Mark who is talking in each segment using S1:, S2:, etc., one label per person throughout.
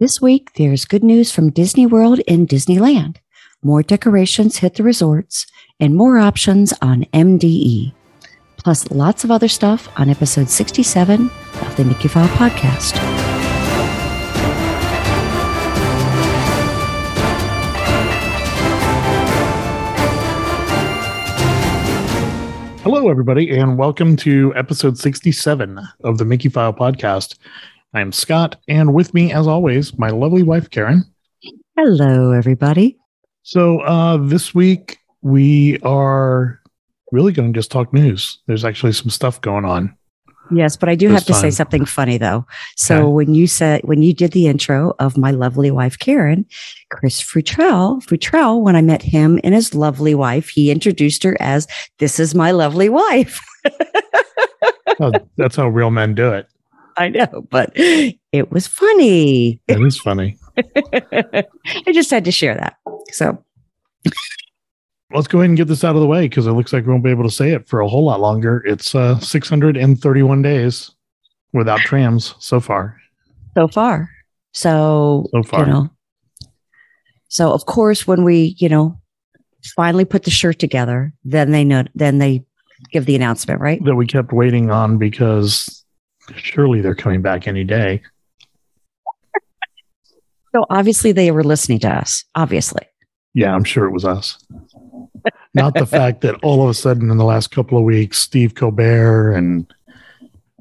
S1: This week, there's good news from Disney World and Disneyland. More decorations hit the resorts and more options on MDE. Plus, lots of other stuff on episode 67 of the Nikki File podcast.
S2: Hello, everybody, and welcome to episode 67 of the Mickey File podcast. I am Scott, and with me, as always, my lovely wife, Karen.
S1: Hello, everybody.
S2: So, uh, this week we are really going to just talk news. There's actually some stuff going on.
S1: Yes, but I do
S2: This
S1: have to say
S2: time.
S1: something funny though. So
S2: Okay.
S1: when you said when you did the intro of my lovely wife Karen, Chris Futrell, Futrell, when I met him and his lovely wife, he introduced her as "This is my lovely wife."
S2: Oh, That's how real men do it.
S1: I know, but it was funny.
S2: It is funny.
S1: I just had to share that. So
S2: Let's go ahead and get this out of the way because it looks like we won't be able to say it for a whole lot longer. It's uh, 631 days without trams so far.
S1: so far, so
S2: So far.
S1: you know. So of course, when we you know finally put the shirt together, then they know. Then they give the announcement, right?
S2: that we kept waiting on because surely they're coming back any day.
S1: So obviously they were listening to us. Obviously.
S2: Yeah, I'm sure it was us. Not the fact that all of a sudden in the last couple of weeks, Steve Colbert and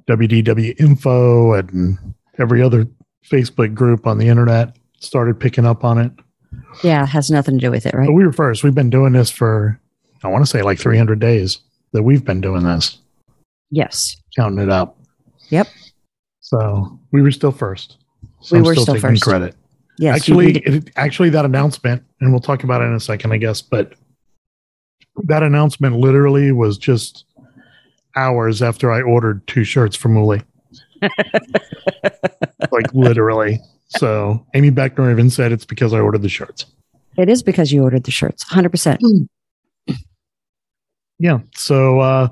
S2: WDW Info and every other Facebook group on the internet started picking up on it.
S1: Yeah, it has nothing to do with it, right?
S2: But we were first. We've been doing this for, I want to say like 300 days that we've been doing this,
S1: Yes.
S2: counting it up.
S1: Yep.
S2: So we were still first. So
S1: We
S2: I'm
S1: were still
S2: taking
S1: first.
S2: Credit.
S1: Yes. you
S2: actually,
S1: did it.
S2: it, actually, that announcement, and we'll talk about it in a second, I guess, but that announcement literally was just hours after I ordered two shirts from Uli. like literally. So Amy Beckner even said it's because I ordered the shirts.
S1: it is because you ordered the shirts. 100%.
S2: Yeah. So uh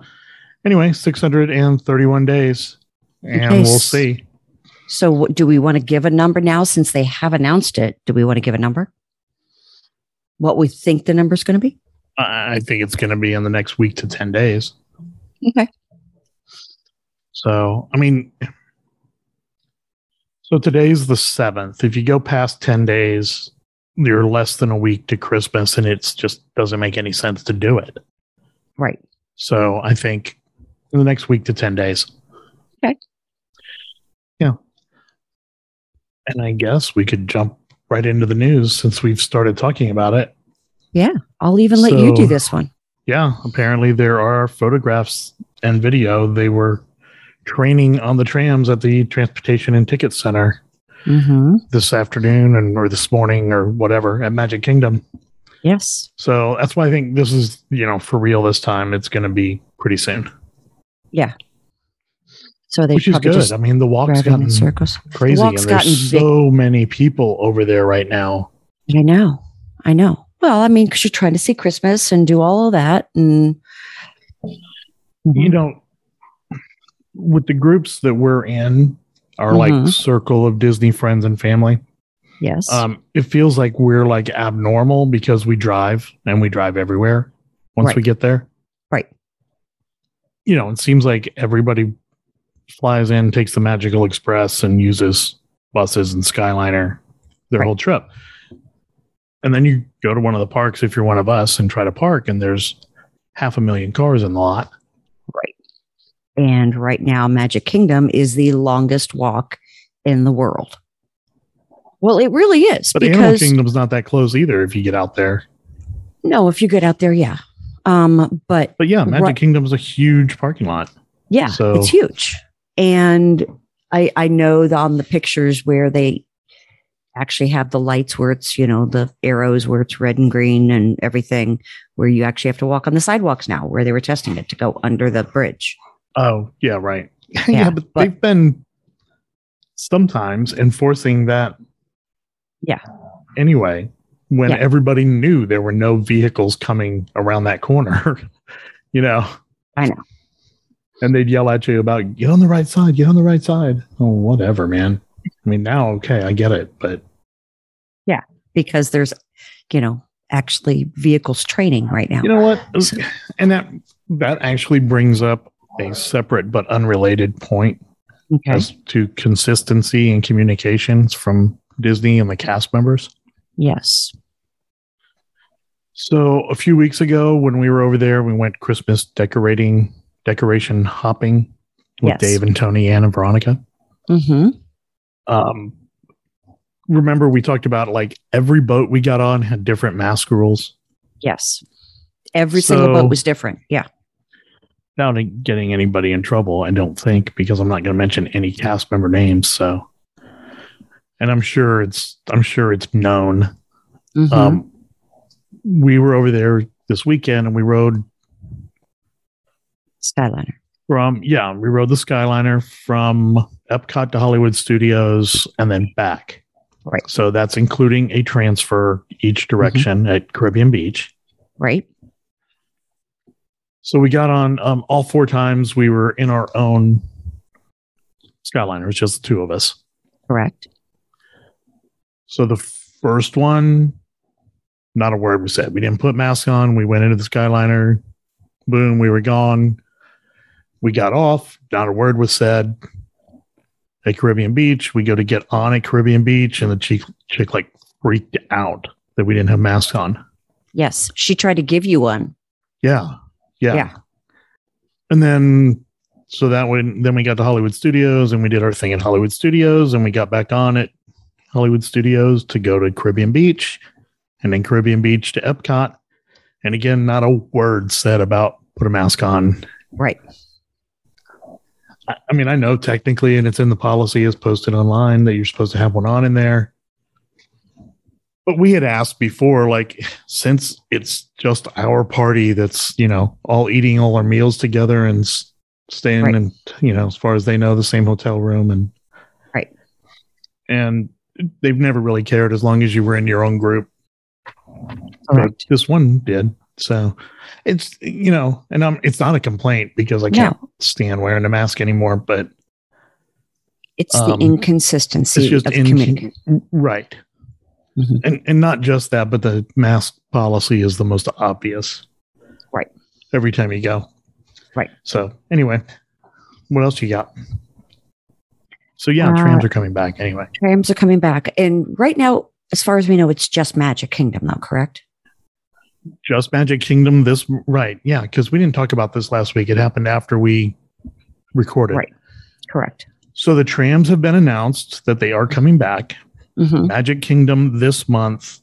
S2: anyway, 631 days. And
S1: Okay,
S2: we'll
S1: s-
S2: see.
S1: So what- do we want to give a number now since they have announced it? Do we want to give a number? What we think the number's going to be?
S2: I I think it's gonna be in the next week to 10 days.
S1: Okay.
S2: So, I mean, so today's the seventh. If you go past 10 days, you're less than a week to Christmas, and it's just doesn't make any sense to do it.
S1: Right.
S2: So, I think in the next week to 10 days.
S1: Okay.
S2: Yeah. And I guess we could jump right into the news since we've started talking about it.
S1: I'll even let you do
S2: So-
S1: this one.
S2: Yeah, apparently there are photographs and video. They were training on the trams at the Transportation and Ticket Center
S1: Mm-hmm.
S2: this afternoon and or this morning or whatever at Magic Kingdom.
S1: Yes.
S2: So that's why I think this is, you know, for real this time. It's going to be pretty soon,
S1: So they
S2: which is
S1: probably
S2: good.
S1: just
S2: I mean, the walk's
S1: driving in
S2: gotten
S1: circles.
S2: crazy.
S1: walk's
S2: and there's
S1: gotten big.
S2: so many people over there right now.
S1: I know. I know. Well, I mean, because you're trying to see Christmas and do all of that. And Mm-hmm.
S2: you know, with the groups that we're in, are
S1: Mhm.
S2: like circle of Disney friends and family.
S1: yes.
S2: Um, it feels like we're like abnormal because we drive and we drive everywhere once
S1: Right.
S2: we get there.
S1: Right.
S2: You know, it seems like everybody flies in, takes the Magical Express, and uses buses and Skyliner their
S1: Right.
S2: whole trip. And then you go to one of the parks if you're one of us and try to park, and there's half a million cars in the lot.
S1: And right now, Magic Kingdom is the longest walk in the world. Well, it really is
S2: But Animal
S1: because
S2: Kingdom's not that close either if you get out there.
S1: no, if you get out there, yeah. Um, but
S2: But yeah, Magic
S1: Right.
S2: Kingdom's a huge parking lot.
S1: yeah,
S2: So-
S1: it's huge. And I I know that on the pictures where they actually have the lights where it's, you know, the arrows where it's red and green and everything, where you actually have to walk on the sidewalks now, where they were testing it to go under the bridge.
S2: Oh, yeah, right. Yeah,
S1: Yeah,
S2: but,
S1: but-
S2: they've been sometimes enforcing that.
S1: Yeah.
S2: Anyway, when
S1: Yeah.
S2: everybody knew there were no vehicles coming around that corner, you know.
S1: I know.
S2: And they'd yell at you about get on the right side, get on the right side. Oh, whatever, man. I mean, now, okay, I get it, but
S1: because there's, you know, actually vehicles training right now.
S2: you know what? And that that actually brings up a separate but unrelated point
S1: okay.
S2: as to consistency and communications from Disney and the cast members.
S1: Yes.
S2: So a few weeks ago, when we were over there, we went Christmas decorating, decoration hopping with
S1: Yes.
S2: Dave and Tony, Ann and Veronica.
S1: Mm-hmm.
S2: Um, remember we talked about like every boat we got on had different mask rules.
S1: Yes. Every single
S2: So-
S1: boat was different. Yeah.
S2: Without getting anybody in trouble, I don't think, because I'm not going to mention any cast member names. So, and I'm sure it's I'm sure it's known
S1: Mhm.
S2: Um, we were over there this weekend and we rode
S1: Skyliner.
S2: from, yeah, we rode the Skyliner from Epcot to Hollywood Studios and then back.
S1: Right.
S2: So that's including a transfer each direction at Caribbean Beach.
S1: Right.
S2: So we got on um, all four times we were in our own Skyliner, it was just the two of us.
S1: Correct.
S2: So the first one, not a word was said. We didn't put masks on. We went into the Skyliner. Boom, we were gone. We got off. Not a word was said. At Caribbean Beach, we go to get on at Caribbean Beach, and the chick, chick like freaked out that we didn't have masks on.
S1: Yes. She tried to give you one.
S2: Yeah, yeah,
S1: Yeah.
S2: And then, so that when then we got to Hollywood Studios, and we did our thing at Hollywood Studios, and we got back on at Hollywood Studios to go to Caribbean Beach, and then Caribbean Beach to Epcot. And again, not a word said about put a mask on.
S1: Right.
S2: I, I mean, I know technically, and it's in the policy as posted online that you're supposed to have one on in there. But we had asked before, like, since it's just our party that's, you know, all eating all our meals together and s- staying
S1: Right.
S2: in, you know, as far as they know, the same hotel room and.
S1: Right.
S2: And they've never really cared as long as you were in your own group but
S1: Correct.
S2: this one did. So it's you know, and I'm it's not a complaint because I can't stand wearing a mask anymore, but
S1: It's
S2: Um,
S1: the inconsistency
S2: it's just
S1: of
S2: in
S1: communication.
S2: right.
S1: Mhm.
S2: And and not just that, but the mask policy is the most obvious.
S1: Right.
S2: Every time you go.
S1: Right.
S2: So anyway, what else you got? So yeah,
S1: Uh,
S2: trams are coming back anyway.
S1: Trams are coming back. And right now, as far as we know, it's just Magic Kingdom, though, correct?
S2: Just Magic Kingdom this right. Yeah, because we didn't talk about this last week. It happened after we recorded.
S1: Right. Correct.
S2: So the trams have been announced that they are coming back.
S1: hmm
S2: Magic Kingdom this month,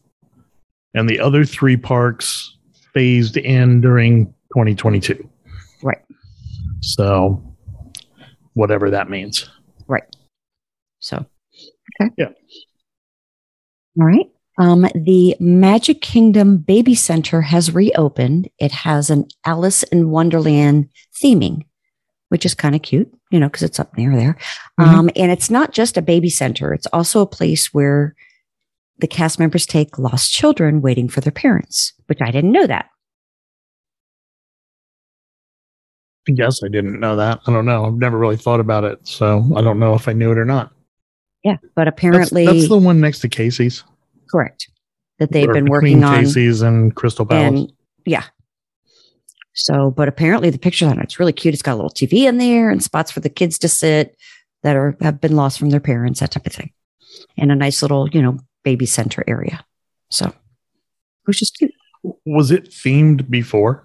S2: and the other three parks phased in during 2022.
S1: Right.
S2: So, whatever that means.
S1: So, okay.
S2: Yeah.
S1: All right. Um, the Magic Kingdom Baby Center has reopened. It has an Alice in Wonderland theming, which is kind of cute, you know, because it's up near there.
S2: Mm-hmm.
S1: Um, and it's not just a baby center, it's also a place where the cast members take lost children waiting for their parents, which I didn't know that.
S2: I guess I didn't know that. I don't know. I've never really thought about it. So, I don't know if I knew it or not.
S1: Yeah. But
S2: That's,
S1: apparently,
S2: that's the one next to Casey's.
S1: correct, that they've
S2: Or
S1: been
S2: between
S1: working on.
S2: Casey's and Crystal Palace.
S1: and yeah. So, but apparently the pictures on it's really cute. It's got a little TV in there and spots for the kids to sit that are have been lost from their parents, that type of thing, and a nice little you know baby center area. So, it was just cute.
S2: Was it themed before?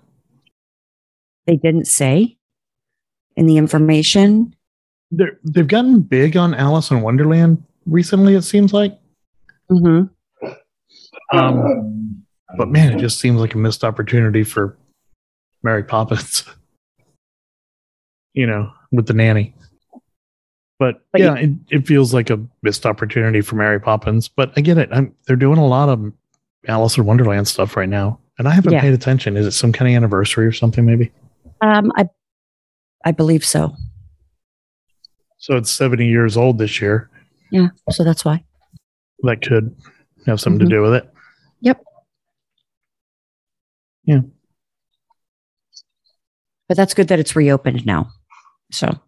S1: They didn't say in the information.
S2: They're, they've gotten big on Alice in Wonderland recently, it seems like.
S1: Mm-hmm.
S2: Um, but man, it just seems like a missed opportunity for Mary Poppins. you know, with the nanny. But,
S1: But
S2: yeah, it, it feels like a missed opportunity for Mary Poppins. But I get it. I'm, they're doing a lot of Alice in Wonderland stuff right now, and I haven't
S1: Yeah.
S2: paid attention. Is it some kind of anniversary or something? Maybe.
S1: Um, I, I believe so.
S2: So it's seventy years old this year.
S1: Yeah. So that's why.
S2: That could have something
S1: Mm-hmm.
S2: to do with it.
S1: But that's good that it's reopened now. So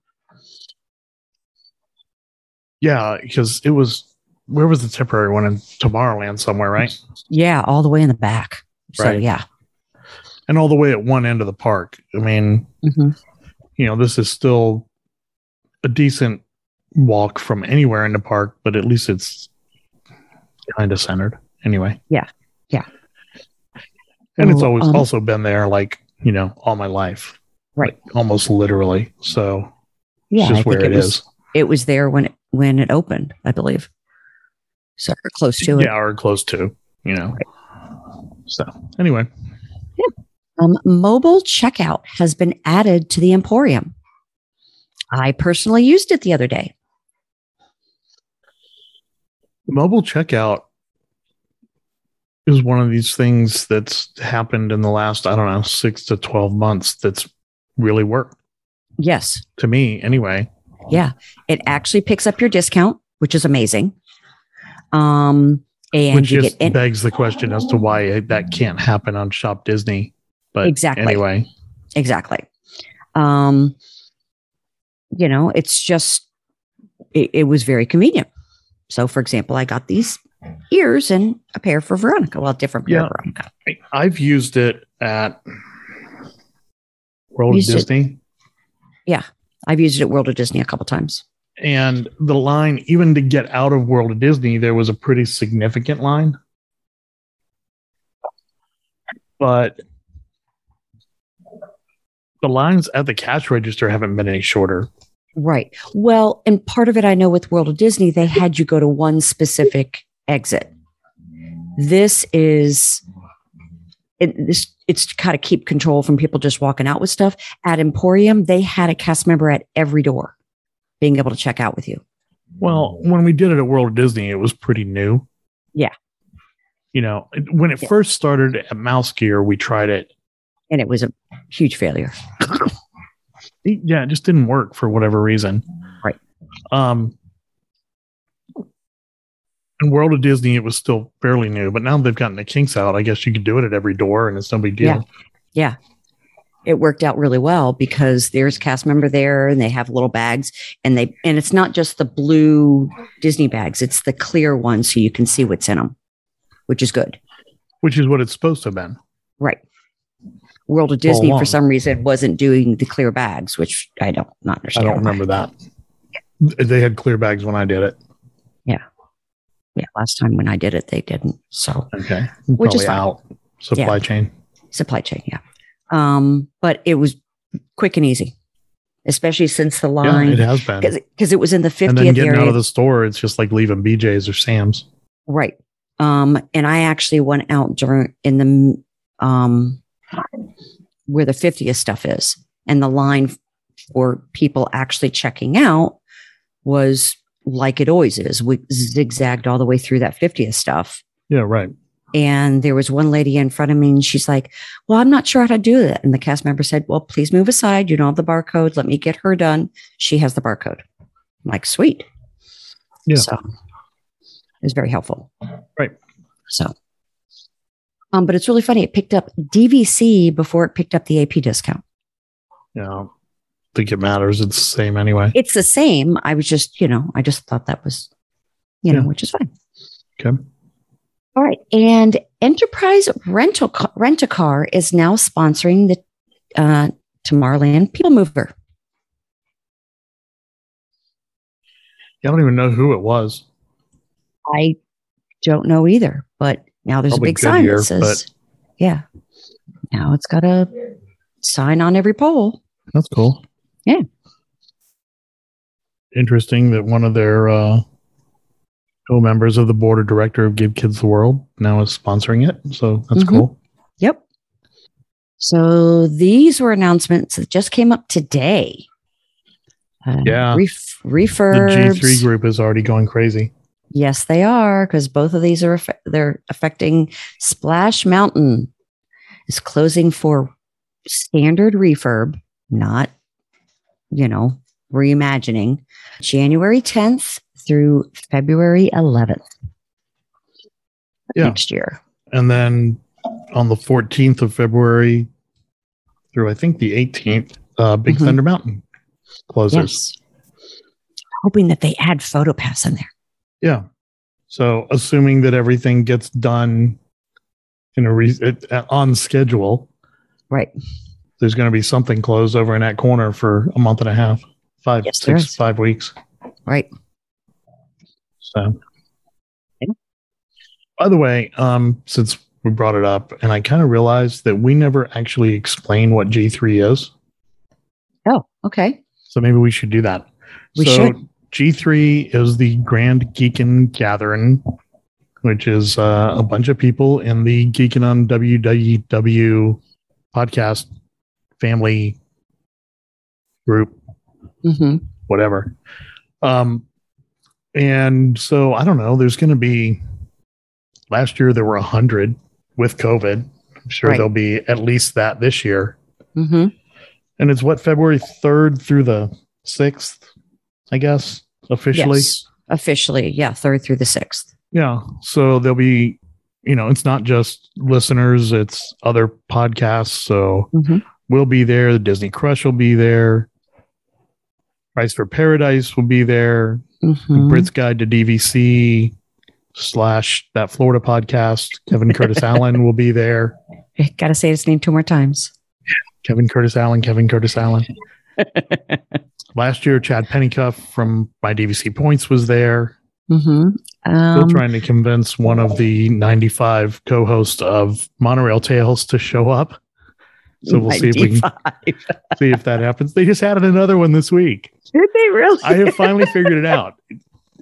S2: Yeah, because it was where was the temporary one in Tomorrowland somewhere, right?
S1: Yeah, all the way in the back. So
S2: Right.
S1: yeah.
S2: And all the way at one end of the park. I mean,
S1: Mhm.
S2: you know, this is still a decent walk from anywhere in the park, but at least it's kind of centered anyway.
S1: Yeah. Yeah.
S2: And it's
S1: Well,
S2: always
S1: um,
S2: also been there like, you know, all my life.
S1: Right.
S2: Like, almost literally. So
S1: Yeah,
S2: it's
S1: I
S2: just
S1: think
S2: where
S1: it,
S2: it
S1: was
S2: is.
S1: it was there when it, when it opened, I believe. So or close to it.
S2: Yeah, or close to, you know. So anyway.
S1: Um, mobile checkout has been added to the Emporium. I personally used it the other day.
S2: mobile checkout is one of these things that's happened in the last i don't know six to 12 months that's really worked
S1: Yes.
S2: to me anyway
S1: Yeah. It actually picks up your discount, which is amazing. Um, and
S2: which
S1: you
S2: just
S1: get in-
S2: begs the question as to why it- that can't happen on shop disney but
S1: Exactly.
S2: anyway
S1: exactly. Um, you know, it's just, it, it was very convenient. So, for example, I got these ears and a pair for Veronica. Well, a different pair
S2: Yeah.
S1: of Veronica.
S2: I- i've used it at world
S1: Used it.
S2: of disney
S1: I've used it at World of Disney a couple times.
S2: and the line even to get out of world of disney there was a pretty significant line but the lines at the cash register haven't been any shorter
S1: Right. Well, and part of it I know with World of Disney, they had you go to one specific exit. This is it, this it's to kind of keep control from people just walking out with stuff. At Emporium, they had a cast member at every door being able to check out with you.
S2: well when we did it at world of disney it was pretty new
S1: Yeah.
S2: you know it- when it
S1: Yeah.
S2: first started at mouse gear we tried it
S1: And it was a huge failure.
S2: it- yeah, it just didn't work for whatever reason.
S1: Right.
S2: Um in World of Disney, it was still fairly new, but now they've gotten the kinks out. I guess you can do it at every door and it's no big deal.
S1: It worked out really well because there's a cast member there and they have little bags and they and it's not just the blue Disney bags, it's the clear ones so you can see what's in them, which is good.
S2: Which is what it's supposed to have been.
S1: Right. World of Disney
S2: along.
S1: for some reason wasn't doing the clear bags, which I don't not
S2: I
S1: understand.
S2: don't remember that. They had clear bags when I did it.
S1: Yeah, last time when I did it, they didn't. So
S2: Okay.
S1: Which is
S2: Mm, Probably
S1: fine.
S2: out supply chain.
S1: supply chain, yeah. Um, but it was quick and easy, especially since the
S2: Yeah, it
S1: line
S2: has been.
S1: because it was in the
S2: And then
S1: fiftieth
S2: getting
S1: area,
S2: out of the store, it's just like leaving BJ's or Sam's.
S1: right? Um, and I actually went out during in the um where the fiftieth stuff is, and the line for people actually checking out was like it always is. We zigzagged all the way through that 50th stuff.
S2: Yeah, right.
S1: And there was one lady in front of me and she's like, Well, I'm not sure how to do that. And the cast member said, Well, please move aside. You don't have the barcode. Let me get her done. She has the barcode. I'm like, sweet.
S2: Yeah.
S1: So it was very helpful.
S2: Right.
S1: So um, but it's really funny. It picked up DVC before it picked up the AP discount.
S2: Yeah. I don't think it matters. It's the same anyway.
S1: It's the same. I was just, you know, I just thought that was, you know,
S2: Yeah.
S1: which is fine.
S2: Okay.
S1: All right. And Enterprise Rental Ca- Rent a Car is now sponsoring the uh, Tomorrowland People Mover.
S2: I don't even know who it was.
S1: I don't know either, but now there's
S2: Probably
S1: a big sign
S2: Goodyear,
S1: that says, yeah. Now it's got a sign on every pole.
S2: That's cool.
S1: Yeah.
S2: Interesting that one of their uh, co-members of the board of director of Give Kids the World now is sponsoring it. So that's
S1: Mhm.
S2: cool.
S1: Yep. So these were announcements that just came up today. Uh,
S2: Yeah.
S1: Ref-
S2: The
S1: refurbs.
S2: G3 group is already going crazy.
S1: Yes, they are because both of these are affect- they're affecting Splash Mountain is closing for standard refurb, not you know reimagining, January 10th through February 11th
S2: Yeah.
S1: next year.
S2: And then on the 14th of February through I think the 18th, uh, Big
S1: Mhm.
S2: Thunder Mountain closes.
S1: Yes. hoping that they add PhotoPass in there.
S2: Yeah. So assuming that everything gets done in a re- it- uh, on schedule,
S1: Right.
S2: there's going to be something closed over in that corner for a month and a half, five,
S1: Yes, there
S2: six,
S1: is.
S2: five weeks.
S1: Right.
S2: So,
S1: Okay.
S2: by the way, um, since we brought it up, and I kind of realized that we never actually explain what G3 is.
S1: Oh, okay.
S2: So maybe we should do that.
S1: We
S2: so
S1: should.
S2: G3 is the Grand Geekin Gathering, which is uh, a bunch of people in the Geekin on WWW podcast family group
S1: hmm
S2: whatever. Um, and so I don't know. There's going to be last year there were a hundred with COVID. I'm sure
S1: Right.
S2: there'll be at least that this year.
S1: hmm
S2: And it's what February third through the sixth, I guess officially.
S1: Yes. Officially, yeah, third through the sixth.
S2: Yeah. So there'll be, you know, it's not just listeners; it's other podcasts. So
S1: Mm-hmm.
S2: we'll be there. The Disney Crush will be there. Price for Paradise will be there.
S1: hmm
S2: Brit's Guide to DVC slash that Florida podcast. Kevin Curtis Allen will be there.
S1: Got to say his name two more times.
S2: Kevin Curtis Allen, Kevin Curtis Allen. Last year, Chad Pennycuff from My DVC Points was there.
S1: hmm
S2: Still
S1: Um,
S2: trying to convince one of the 95 co hosts of Monorail Tales to show up. So we'll see if we can
S1: 95.
S2: see if that happens. They just added another one this week.
S1: Did they really?
S2: I have finally figured it out.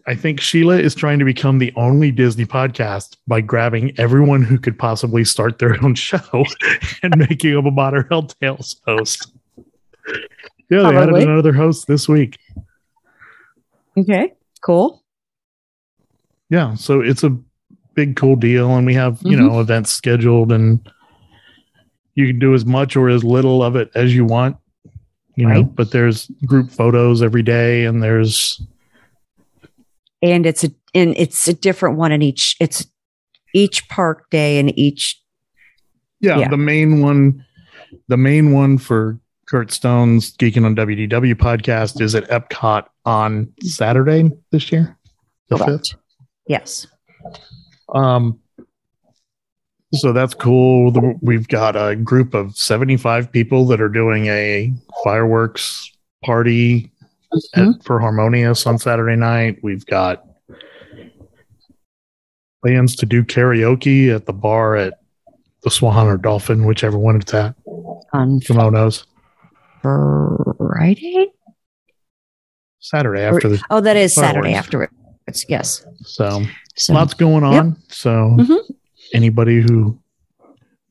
S2: I think Sheila is trying to become the only Disney podcast by grabbing everyone who could possibly start their own show and making them a Monorail Tales host. Yeah, they
S1: Probably.
S2: added another host this week.
S1: okay, cool.
S2: Yeah, so it's a big cool deal, and we have you know events scheduled, and you can do as much or as little of it as you want. You know,
S1: Right.
S2: but there's group photos every day, and there's
S1: And it's a and it's a different one in each. It's each park day and each.
S2: Yeah,
S1: Yeah.
S2: the main one, the main one for Kurt Stone's Geeking on WDW podcast is at Epcot on Saturday this year, the fifth.
S1: Correct. Yes.
S2: Um, so that's cool. The- We've got a group of seventy-five people that are doing a fireworks party at,
S1: Hmm.
S2: for Harmonious on Saturday night. We've got plans to do karaoke at the bar at the Swan or Dolphin, whichever one it's at.
S1: On
S2: kimonos
S1: Friday.
S2: Saturday after the
S1: Oh, that is Saturday
S2: Fireworks.
S1: afterwards. Yes.
S2: so
S1: So
S2: lots going on. So
S1: Mhm.
S2: anybody who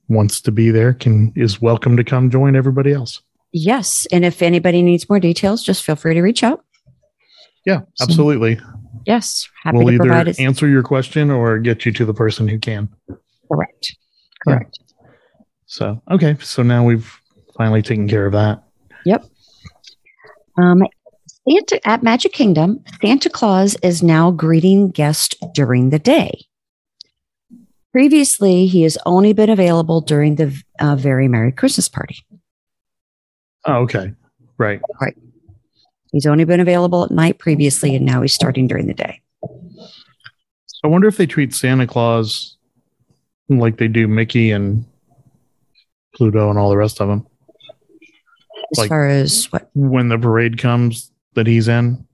S2: wants to be there can is welcome to come join everybody else.
S1: yes, and if anybody needs more details, just feel free to reach out.
S2: Yeah,
S1: So
S2: absolutely.
S1: Yes, happy
S2: We'll
S1: to
S2: either
S1: provide it.
S2: answer your question or get you to the person who can.
S1: Correct.
S2: Yeah.
S1: Correct.
S2: So okay, so now we've finally taken care of that.
S1: Um, Santa at Magic Kingdom, Santa Claus is now greeting guests during the day. Previously, he has only been available during the uh, Very Merry Christmas Party.
S2: Oh, okay. Right.
S1: He's only been available at night previously, and now he's starting during the day.
S2: I wonder if they treat Santa Claus like they do Mickey and Pluto and all the rest of them
S1: As
S2: Like-
S1: far as what
S2: when the parade comes that he's in.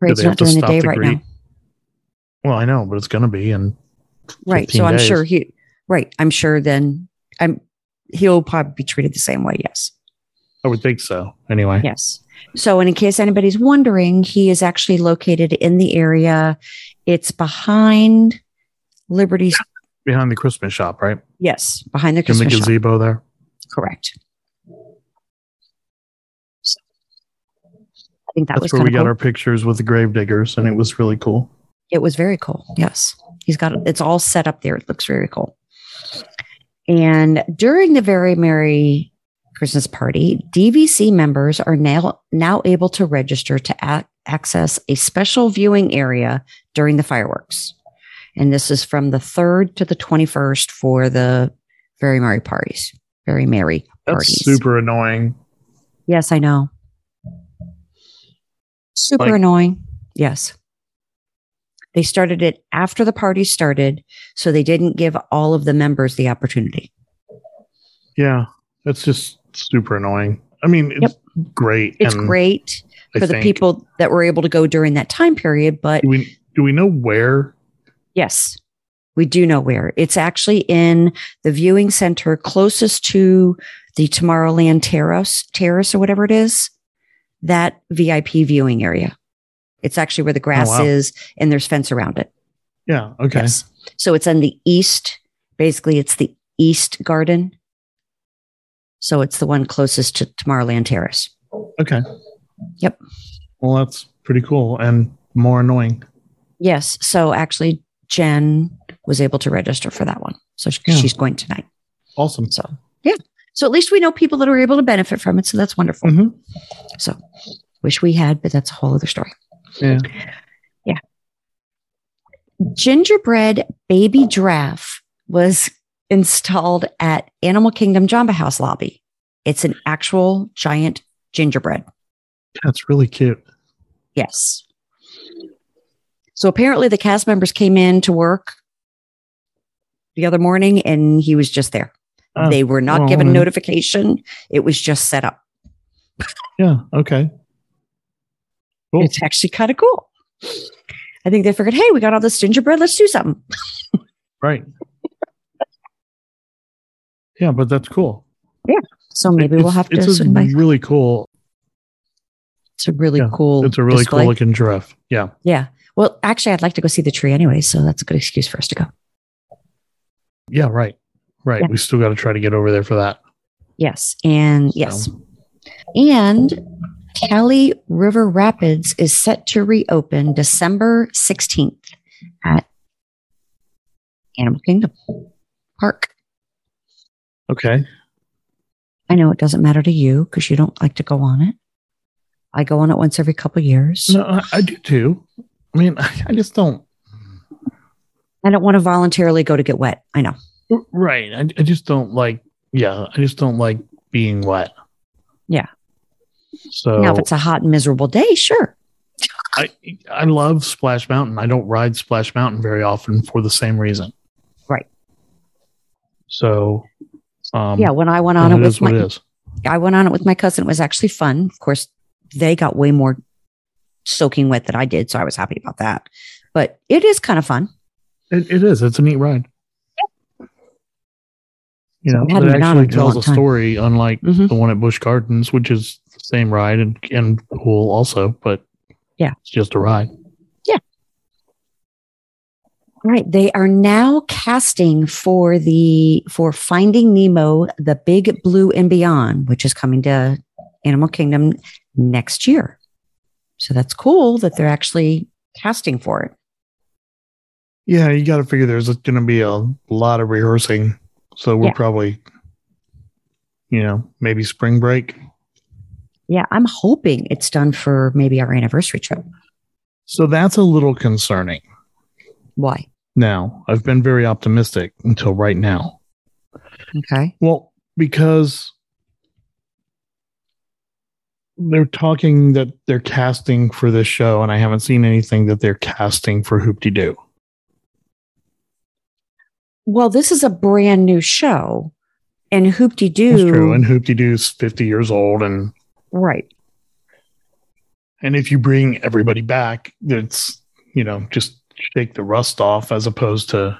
S1: parade's
S2: they have
S1: not
S2: to
S1: during the
S2: stop
S1: day
S2: to
S1: right
S2: greet?
S1: now,
S2: Well, I know, but it's going to be. And
S1: right?
S2: 15
S1: So I'm
S2: days.
S1: sure he, right? I'm sure then I'm he'll probably be treated the same way. Yes.
S2: I would think so. Anyway.
S1: Yes. So, and in case anybody's wondering, he is actually located in the area. It's behind Liberty.
S2: Behind the Christmas shop, right?
S1: Yes, behind the
S2: In the
S1: Christmas shop.
S2: gazebo there.
S1: Correct. So, I think that
S2: That's
S1: was
S2: where
S1: kind of
S2: we got
S1: cool.
S2: our pictures with the grave diggers, and it was really cool.
S1: It was very cool. Yes. He's got it's all set up there. It looks very cool. And during the very merry Christmas party, DVC members are now now able to register to ac- access a special viewing area during the fireworks. And this is from the 3rd to the 21st for the very merry parties. Very merry
S2: That's
S1: parties.
S2: super annoying.
S1: Yes, I know. Super
S2: Like-
S1: annoying. Yes. They started it after the party started, so they didn't give all of the members the opportunity.
S2: Yeah, that's just super annoying. I mean, it's great.
S1: It's
S2: and
S1: great
S2: I
S1: for the
S2: think-
S1: people that were able to go during that time period, but
S2: Do we do we know where?
S1: Yes, we do know where. It's actually in the viewing center closest to the Tomorrowland Terrace, terrace or whatever it is, that VIP viewing area. It's actually where the grass
S2: Oh, wow.
S1: is and there's fence around it.
S2: Yeah. Okay.
S1: Yes. So it's on the east. Basically, it's the east garden. So it's the one closest to Tomorrowland Terrace.
S2: Okay.
S1: Yep.
S2: Well, that's pretty cool and more annoying.
S1: Yes. So actually, Jen was able to register for that one. So she-
S2: Yeah.
S1: she's going tonight.
S2: Awesome.
S1: So yeah. So at least we know people that are able to benefit from it. So that's wonderful.
S2: hmm
S1: So wish we had, but that's a whole other story.
S2: Yeah.
S1: Yeah. Gingerbread baby giraffe was installed at Animal Kingdom Jamba House lobby. It's an actual giant gingerbread.
S2: That's really cute.
S1: Yes. So apparently the cast members came in to work the other morning and he was just there.
S2: Oh,
S1: they were not
S2: well,
S1: given
S2: then-
S1: notification. It was just set up.
S2: Yeah. Okay. Cool.
S1: It's actually kind of cool. I think they figured, hey, we got all this gingerbread. Let's do something.
S2: Right. yeah, but that's cool.
S1: So maybe we'll
S2: It's-
S1: have to.
S2: It's a
S1: invite-
S2: really cool.
S1: it's a really
S2: yeah,
S1: cool.
S2: It's a really
S1: display.
S2: cool looking giraffe. Yeah.
S1: Yeah. Well, actually, I'd like to go see the tree anyway, so that's a good excuse for us to go.
S2: Yeah. Right. Right.
S1: Yeah.
S2: We still got to try to get over there for that.
S1: Yes, and yes, and Cali River Rapids is set to reopen December sixteenth at Animal Kingdom Park.
S2: Okay.
S1: I know it doesn't matter to you because you don't like to go on it. I go on it once every couple years.
S2: No, I, I do too. I mean, I, I just don't.
S1: I don't want to voluntarily go to get wet. I know.
S2: Right. I, I just don't like. Yeah. I just don't like being wet.
S1: Yeah.
S2: So
S1: now, if it's a hot and miserable day, sure.
S2: I I love Splash Mountain. I don't ride Splash Mountain very often for the same reason.
S1: Right.
S2: So, um,
S1: yeah, when I went on
S2: then
S1: it
S2: it is
S1: with
S2: what it
S1: my,
S2: is.
S1: I went on it with my cousin. It was actually fun. Of course, they got way more soaking wet than I did, so I was happy about that. But it is kind of fun.
S2: It, it is. It's a neat ride. You
S1: So
S2: know,
S1: I hadn't
S2: it
S1: been on it
S2: actually
S1: in a
S2: tells
S1: long
S2: a
S1: time.
S2: story, unlike
S1: Mhm.
S2: the one at Busch Gardens, which is the same ride and and cool also, but
S1: Yeah.
S2: it's just a ride.
S1: Right. They are now casting for the for Finding Nemo, the Big Blue and Beyond, which is coming to Animal Kingdom next year. So that's cool that they're actually casting for it.
S2: Yeah, you got to figure there's going to be a lot of rehearsing, so we're
S1: Yeah.
S2: probably, you know, maybe spring break.
S1: Yeah, I'm hoping it's done for maybe our anniversary trip.
S2: So that's a little concerning.
S1: Why?
S2: Now, I've been very optimistic until right now.
S1: Okay.
S2: Well, because they're talking that they're casting for this show, and I haven't seen anything that they're casting for Hoopty Doo.
S1: Well, this is a brand new show, and Hoopty
S2: That's true.
S1: Doo.
S2: And Hoopty Doo's 50 years old, and
S1: Right.
S2: and if you bring everybody back, it's you know just shake the rust off as opposed to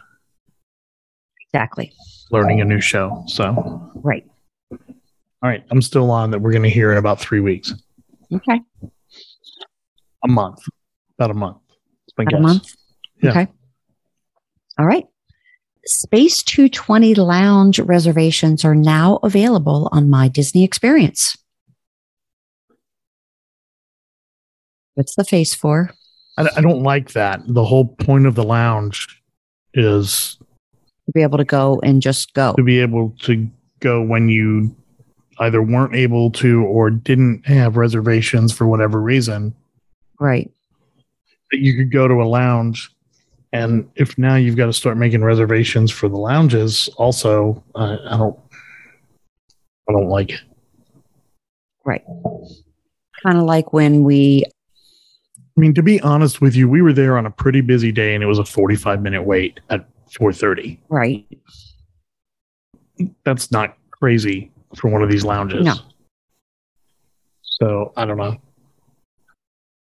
S1: Exactly.
S2: learning a new show. So, all
S1: Right.
S2: right, I'm still on that. We're going to hear in about three weeks.
S1: Okay.
S2: a month, about a month. That's my
S1: About
S2: guess.
S1: a month.
S2: Yeah.
S1: Okay. All right. Space 220 lounge reservations are now available on My Disney Experience. What's the face for?
S2: I, I don't like that. The whole point of the lounge is
S1: To be able to go and just go.
S2: to be able to go when you either weren't able to or didn't have reservations for whatever reason.
S1: Right.
S2: That you could go to a lounge, and if now you've got to start making reservations for the lounges, also, I, I don't, I don't like it.
S1: Kind of like when we
S2: I mean, to be honest with you, we were there on a pretty busy day, and it was a forty-five minute wait at four thirty.
S1: Right.
S2: That's not crazy for one of these lounges.
S1: No.
S2: So I don't know.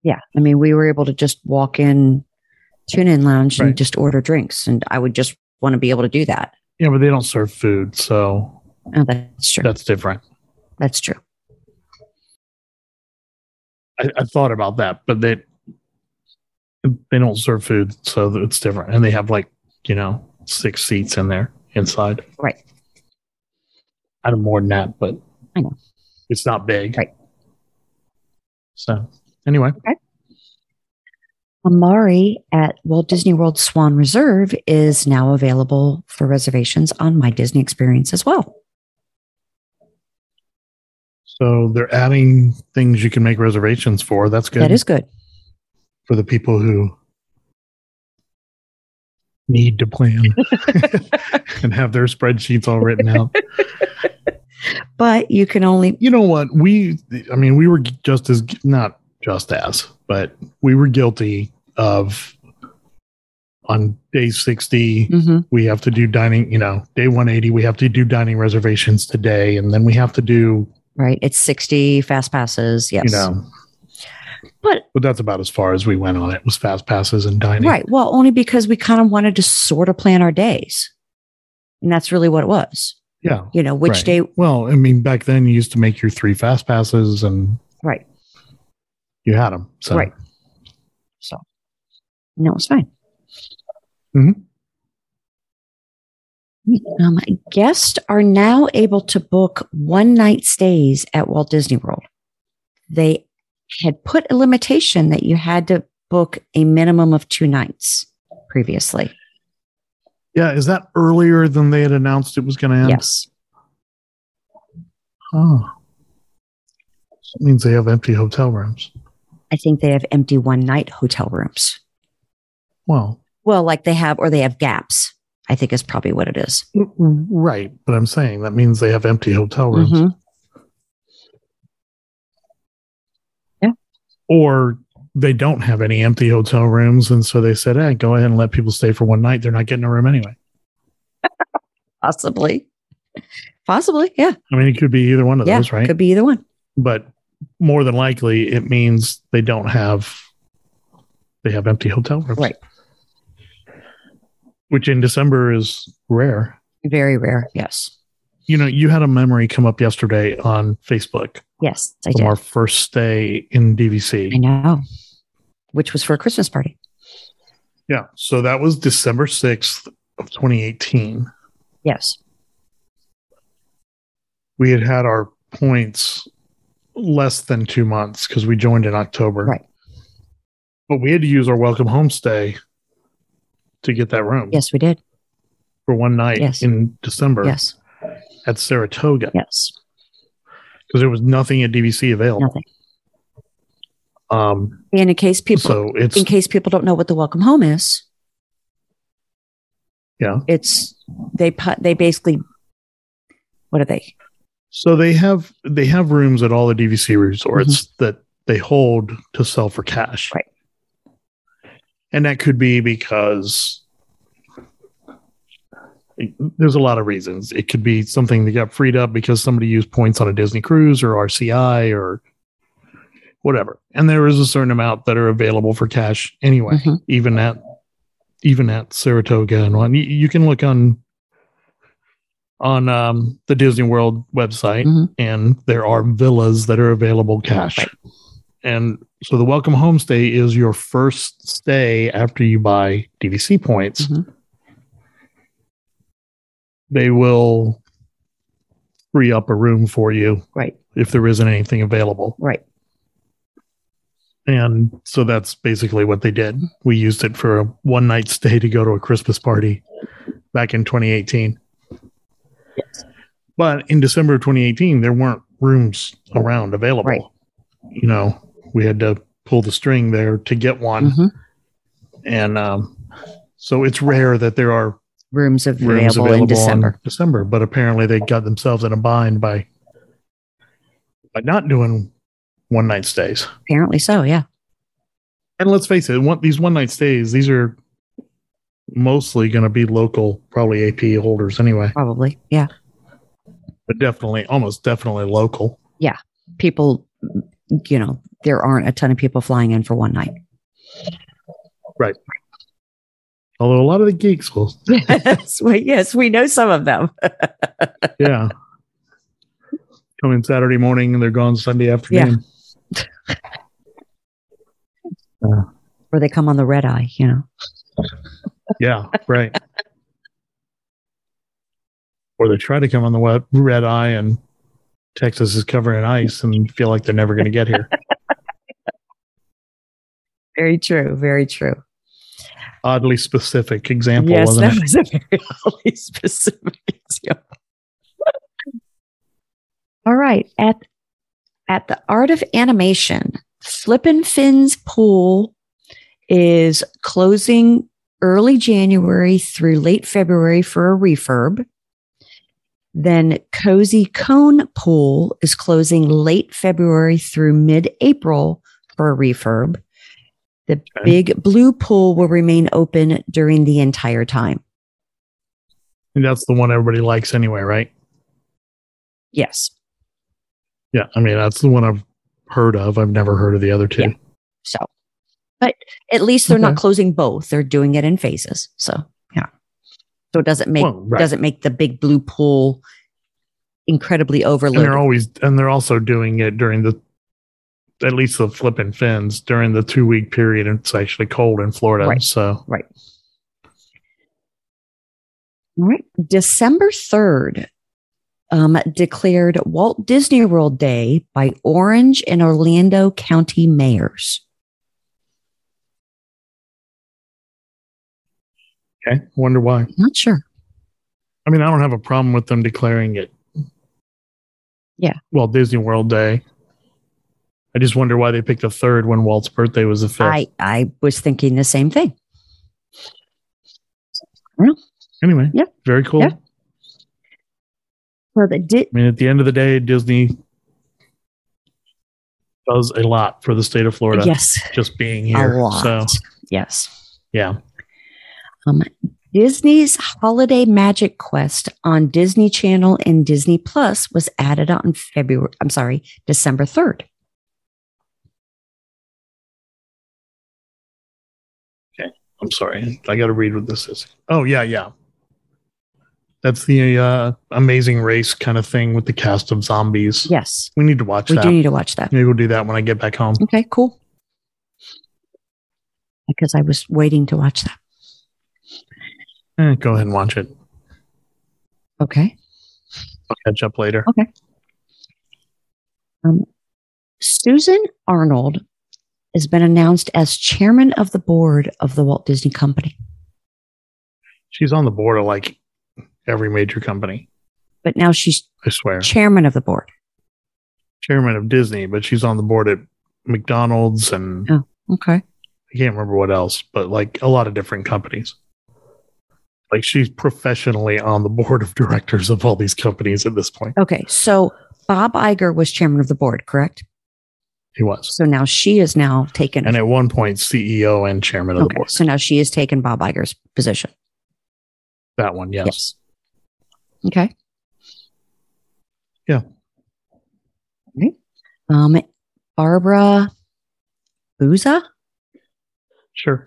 S1: Yeah. I mean, we were able to just walk in, tune in lounge
S2: Right.
S1: and just order drinks. And I would just want to be able to do that.
S2: Yeah, but they don't serve food, so
S1: Oh, that's true.
S2: that's different.
S1: that's true.
S2: I, I thought about that, but they they don't serve food, so it's different. And they have like you know six seats in there inside.
S1: Right.
S2: I don't more than that, but
S1: I know.
S2: it's not big.
S1: Right.
S2: So anyway,
S1: Amari at Walt Disney World Swan Reserve is now available for reservations on My Disney Experience as well.
S2: so they're adding things you can make reservations for. That's good.
S1: That is good.
S2: for the people who need to plan and have their spreadsheets all written out.
S1: But you can only,
S2: you know what we i mean we were just as not just as but we were guilty of on day 60
S1: Mhm.
S2: we have to do dining you know day 180 we have to do dining reservations today and then we have to do
S1: right? It's 60 fast passes. Yes.
S2: you know
S1: But-
S2: but that's about as far as we went on it was fast passes and dining
S1: Right. Well, only because we kind of wanted to sort of plan our days. And that's really what it was.
S2: yeah
S1: You know, which
S2: Right.
S1: day,
S2: well i mean back then you used to make your three fast passes and
S1: Right.
S2: you had them so
S1: Right. no, it's fine.
S2: Mhm.
S1: Um, guests are now able to book one night stays at Walt Disney World. They had put a limitation that you had to book a minimum of two nights previously.
S2: yeah is that earlier than they had announced it was going to end
S1: yes.
S2: Oh. That means they have empty hotel rooms.
S1: I think they have empty one night hotel rooms.
S2: Well,
S1: Well, like they have, or they have gaps, I think is probably what it is.
S2: r- r- right. But I'm saying that means they have empty Mm-hmm. hotel rooms.
S1: Mhm.
S2: Or they don't have any empty hotel rooms. And so they said, hey, go ahead and let people stay for one night. They're not getting a room anyway.
S1: Possibly. Possibly. Yeah.
S2: I mean, it could be either one of
S1: yeah.
S2: those, right?
S1: Could be either one.
S2: But more than likely, it means they don't have. They have empty hotel rooms,
S1: Right.
S2: Which in December is rare.
S1: Very rare. Yes.
S2: You know, you had a memory come up yesterday on Facebook
S1: Yes. I
S2: from
S1: did.
S2: our first stay in DVC.
S1: I know. Which was for a Christmas party.
S2: Yeah. So that was December 6th of 2018.
S1: Yes.
S2: Mm-hmm. We had had our points less than two months because we joined in October.
S1: Right.
S2: But we had to use our welcome home stay to get that room
S1: Yes, we did.
S2: for one night
S1: Yes.
S2: in December
S1: Yes.
S2: at Saratoga because
S1: Yes.
S2: there was nothing at DVC available.
S1: Nothing.
S2: Um,
S1: And in case people
S2: so it's
S1: in case people don't know what the welcome home is,
S2: yeah.
S1: it's they pu- they basically what are they?
S2: So they have they have rooms at all the DVC resorts that they hold to sell for cash.
S1: Right.
S2: And that could be because there's a lot of reasons. It could be something that got freed up because somebody used points on a Disney cruise or RCI or whatever. And there is a certain amount that are available for cash anyway,
S1: Mhm.
S2: even at even at Saratoga and one. You, you can look on on um, the Disney World website,
S1: Mhm.
S2: and there are villas that are available cash.
S1: Right.
S2: And so the welcome home stay is your first stay after you buy DVC points.
S1: Mhm.
S2: They will free up a room for you
S1: Right.
S2: if there isn't anything available.
S1: Right.
S2: And so that's basically what they did. We used it for a one night stay to go to a Christmas party back in 2018.
S1: Yes.
S2: But in December of 2018, there weren't rooms around available.
S1: Right.
S2: You know, we had to pull the string there to get one.
S1: Mhm.
S2: And um, so it's rare that there are
S1: Rooms av- available,
S2: rooms available
S1: in December.
S2: on December, but apparently they got themselves in a bind by by not doing one night stays.
S1: Apparently so, yeah.
S2: And let's face it, one, these one night stays, these are mostly going to be local, probably AP holders anyway,
S1: Probably. Yeah.
S2: but definitely, almost definitely local.
S1: People, you know, there aren't a ton of people flying in for one night.
S2: Although a lot of the geeks will,
S1: yes, we, yes, we know some of them.
S2: yeah, come in Saturday morning and they're gone Sunday afternoon.
S1: Or they come on the red eye, you know.
S2: Yeah, right. or they try to come on the web, red eye and Texas is covered in ice and feel like they're never going to get here.
S1: Very true. Very true.
S2: Oddly specific example,
S1: yes,
S2: wasn't
S1: that
S2: it?
S1: was a very highly specific example. All right. At at the art of animation, Flippin' Finn's pool is closing early January through late February for a refurb. Then Cozy Cone Pool is closing late February through mid-April for a refurb. The Big Blue Pool will remain open during the entire time.
S2: And that's the one everybody likes anyway, right?
S1: Yes.
S2: Yeah, I mean that's the one I've heard of. I've never heard of the other two.
S1: Yeah. So, but at least they're not
S2: Okay.
S1: closing both. They're doing it in phases. So, yeah. So it doesn't make
S2: Well, right.
S1: doesn't make the big blue pool incredibly
S2: and
S1: overloaded.
S2: they're always and they're also doing it during the at least the flipping fins during the two week period. And it's actually cold in Florida,
S1: Right.
S2: so
S1: All right. December 3rd um, declared Walt Disney World Day by Orange and Orlando County mayors.
S2: okay. Wonder why?
S1: Not sure.
S2: I mean, I don't have a problem with them declaring it.
S1: Yeah.
S2: Well, Disney World Day. I just wonder why they picked the third when Walt's birthday was the fifth.
S1: I, I was thinking the same thing.
S2: anyway,
S1: Yeah.
S2: very cool.
S1: Yeah. So the di-
S2: I mean, at the end of the day, Disney does a lot for the state of Florida
S1: yes,
S2: just being here.
S1: a lot.
S2: So,
S1: Yes. Um,
S2: yeah.
S1: Disney's Holiday Magic Quest on Disney Channel and Disney Plus was added on February, I'm sorry, December 3rd.
S2: I'm sorry. I got to read what this is. Oh, yeah, yeah. That's the uh, amazing race kind of thing with the cast of zombies.
S1: Yes.
S2: We need to watch
S1: We
S2: that.
S1: do need to watch that.
S2: Maybe we'll do that when I get back home.
S1: Okay, cool. Because I was waiting to watch that.
S2: Eh, go ahead and watch it.
S1: Okay.
S2: I'll catch up later.
S1: Susan Arnold has been announced as chairman of the board of the Walt Disney Company.
S2: She's on the board of like every major company,
S1: But now she's
S2: I swear.
S1: chairman of the board.
S2: Chairman of Disney, but she's on the board at McDonald's and
S1: Okay.
S2: I can't remember what else, but like a lot of different companies. Like she's professionally on the board of directors of all these companies at this point.
S1: Okay. So Bob Iger was chairman of the board, correct?
S2: He was.
S1: So now she is now taken
S2: And at one point, CEO and chairman of the
S1: Okay.
S2: board.
S1: So now she has taken Bob Iger's position.
S2: That one, yes.
S1: Okay.
S2: Yeah.
S1: Okay. Um, Barbara Booza?
S2: Sure.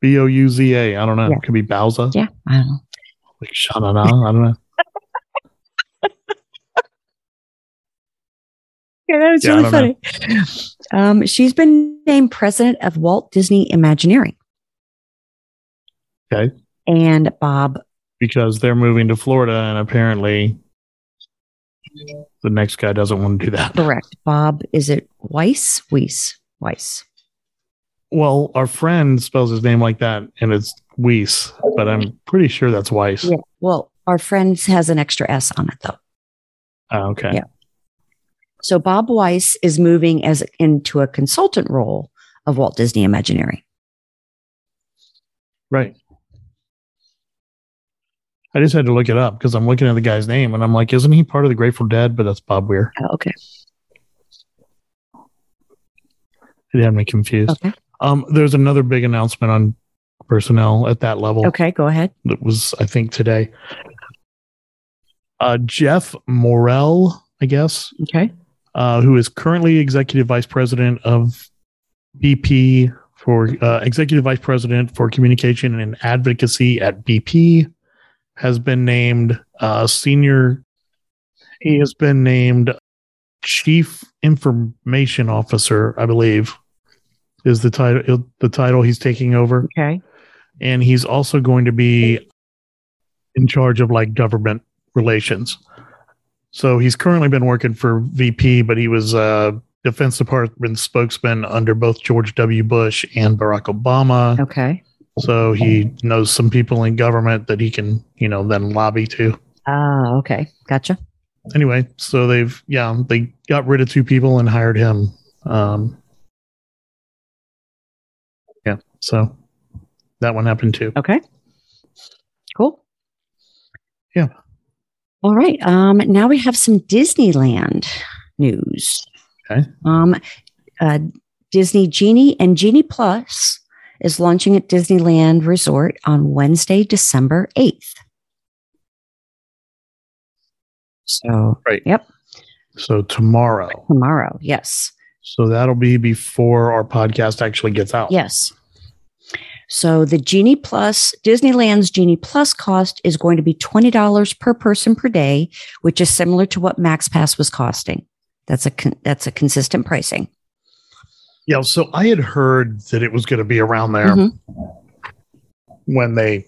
S2: B O U Z A. I don't know.
S1: Yeah.
S2: It could be Bowza.
S1: Yeah. I don't know.
S2: Like Shanana. I don't know.
S1: Yeah, that was
S2: Yeah, I
S1: really
S2: don't
S1: funny. Um, she's been named president of Walt Disney Imagineering.
S2: Okay.
S1: And Bob,
S2: because they're moving to Florida, and apparently the next guy doesn't want to do that.
S1: correct. Bob, is it Weiss? Weiss. Weiss.
S2: Well, our friend spells his name like that, and it's Weiss, but I'm pretty sure that's Weiss.
S1: Yeah. Well, our friend has an extra S on it, though.
S2: Oh, okay.
S1: Yeah. So Bob Weiss is moving as into a consultant role of Walt Disney Imagineering.
S2: Right. I just had to look it up because I'm looking at the guy's name and I'm like, isn't he part of the Grateful Dead? But that's Bob Weir.
S1: Oh, okay.
S2: It had me confused.
S1: Okay.
S2: Um, there's another big announcement on personnel at that level
S1: Okay, go ahead.
S2: that was, I think, today. Uh, Jeff Morrell, I guess,
S1: Okay.
S2: uh, who is currently executive vice president of BP for uh, executive vice president for communication and advocacy at BP, has been named uh, senior. He has been named chief information officer, I believe, is the title. The title he's taking over
S1: Okay.
S2: and he's also going to be in charge of like government relations. So he's currently been working for VP, but he was a Defense Department spokesman under both George W. Bush and Barack Obama.
S1: Okay.
S2: So he knows some people in government that he can, you know, then lobby to.
S1: Ah, okay. Gotcha.
S2: Anyway, so they've yeah they got rid of two people and hired him. Um, yeah, so that one happened too.
S1: Okay. Cool.
S2: Yeah.
S1: All right. Um, now we have some Disneyland news.
S2: Okay.
S1: Um, uh, Disney Genie and Genie Plus is launching at Disneyland Resort on Wednesday, December 8th. So
S2: So tomorrow.
S1: tomorrow, yes.
S2: So that'll be before our podcast actually gets out.
S1: Yes. So the Genie Plus, Disneyland's Genie Plus cost is going to be $20 per person per day, which is similar to what Max Pass was costing. That's a con- that's a consistent pricing.
S2: Yeah. So I had heard that it was going to be around there
S1: Mhm.
S2: when they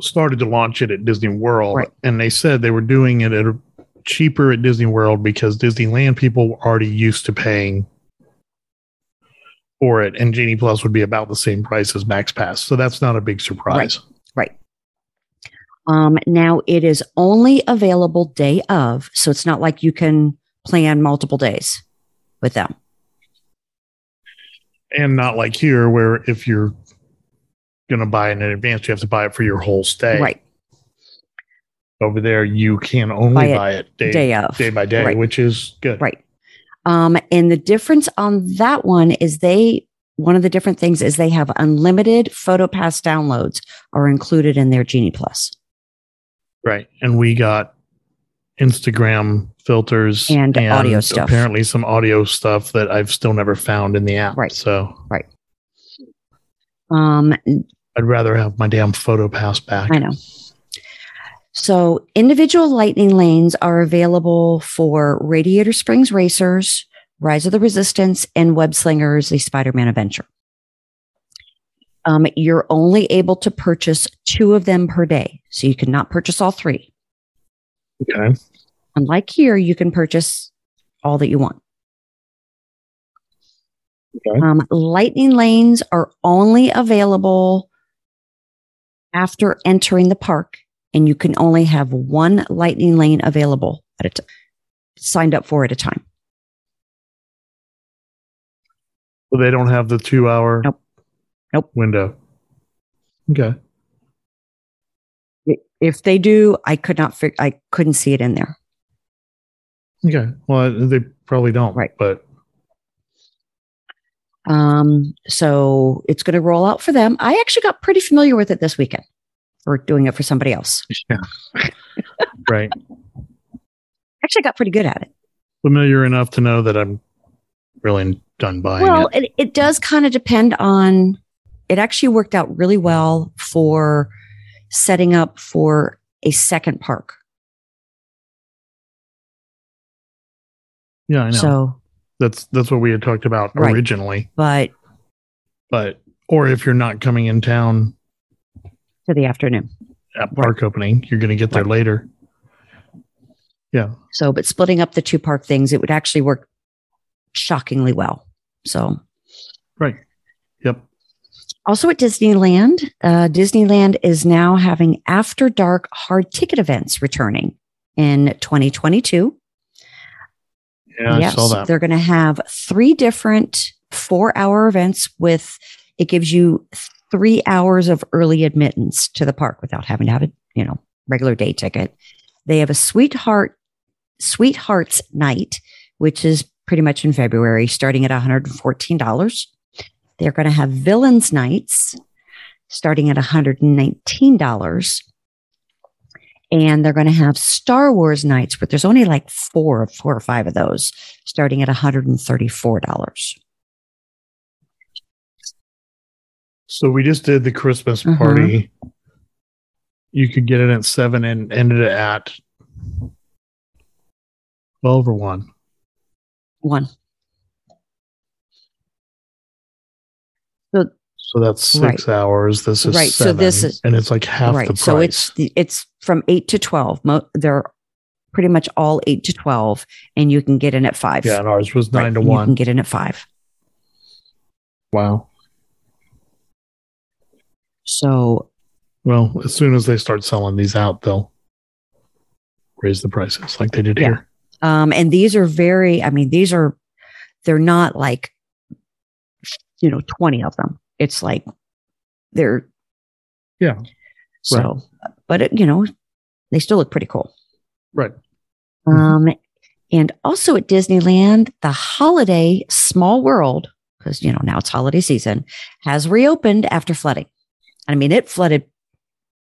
S2: started to launch it at Disney World.
S1: Right.
S2: And they said they were doing it at a, cheaper at Disney World because Disneyland people were already used to paying for it. And Genie Plus would be about the same price as Max Pass. So that's not a big surprise.
S1: Um, now it is only available day of, so it's not like you can plan multiple days with them.
S2: And not like here, where if you're going to buy it in advance, you have to buy it for your whole stay.
S1: Right.
S2: over there you can only
S1: Buy
S2: buy
S1: it
S2: it, day, day,
S1: day of.
S2: by day
S1: Right.
S2: which is good
S1: Right. Um, and the difference on that one is they, one of the different things is they have unlimited PhotoPass downloads are included in their Genie Plus
S2: right and we got instagram filters
S1: And audio stuff.
S2: apparently some audio stuff that i've still never found in the app
S1: Right.
S2: so
S1: Um,
S2: i'd rather have my damn photo pass back
S1: I know. So individual lightning lanes are available for Radiator Springs Racers, Rise of the Resistance, and Web Slingers, the Spider-Man Adventure. Um, you're only able to purchase two of them per day, so you cannot purchase all three.
S2: okay
S1: Unlike here, you can purchase all that you want.
S2: Okay.
S1: Um, lightning lanes are only available after entering the park, and you can only have one lightning lane available at a t- signed up for at a time.
S2: well, they don't have the two hour
S1: Nope. Nope.
S2: window okay
S1: If they do, I could not. Fig- I couldn't see it in there.
S2: okay well they probably don't
S1: Right.
S2: but
S1: Um, so it's going to roll out for them. I actually got pretty familiar with it this weekend. Or doing it for somebody else.
S2: yeah right
S1: Actually, I got pretty good at it.
S2: familiar enough to know that i'm really done buying
S1: Well,
S2: it
S1: it, it does kind of depend on. It actually worked out really well for setting up for a second park.
S2: yeah i know
S1: So,
S2: That's that's what we had talked about
S1: Right.
S2: originally.
S1: but
S2: But or if you're not coming in town
S1: to the afternoon.
S2: at park opening, you're going to get there
S1: Right.
S2: later. Yeah.
S1: So, but splitting up the two park things, it would actually work shockingly well. So,
S2: Right. Yep.
S1: Also at Disneyland, uh, Disneyland is now having after dark hard ticket events returning in 2022.
S2: Yeah, I saw that.
S1: they're going to have three different four hour events with it gives you three hours of early admittance to the park without having to have a you know regular day ticket. They have a sweetheart sweethearts night, which is pretty much in February, starting at $114. They're going to have villains nights starting at $119. And they're going to have Star Wars nights, but there's only like four, four or five of those starting at $134.
S2: So we just did the Christmas
S1: Mm-hmm.
S2: party. You could get it at seven and ended it at twelve or one.
S1: One.
S2: So that's six hours. This is
S1: Right, so
S2: seven,
S1: this is-
S2: and it's like half the
S1: right.
S2: price.
S1: So it's the- it's from eight to twelve. Mo- they're pretty much all eight to twelve, and you can get in at five.
S2: yeah, and ours was
S1: Right,
S2: nine to
S1: and You
S2: one.
S1: can get in at five.
S2: wow.
S1: So
S2: Well, as soon as they start selling these out, they'll raise the prices like they did
S1: Yeah.
S2: here.
S1: Um, and these are very, I mean, these are, they're not like, you know, 20 of them. It's like they're,
S2: Yeah.
S1: So, but it, you know, they still look pretty cool.
S2: Right.
S1: Um, and also at Disneyland, the holiday small world, because, you know, now it's holiday season, has reopened after flooding. I mean, it flooded.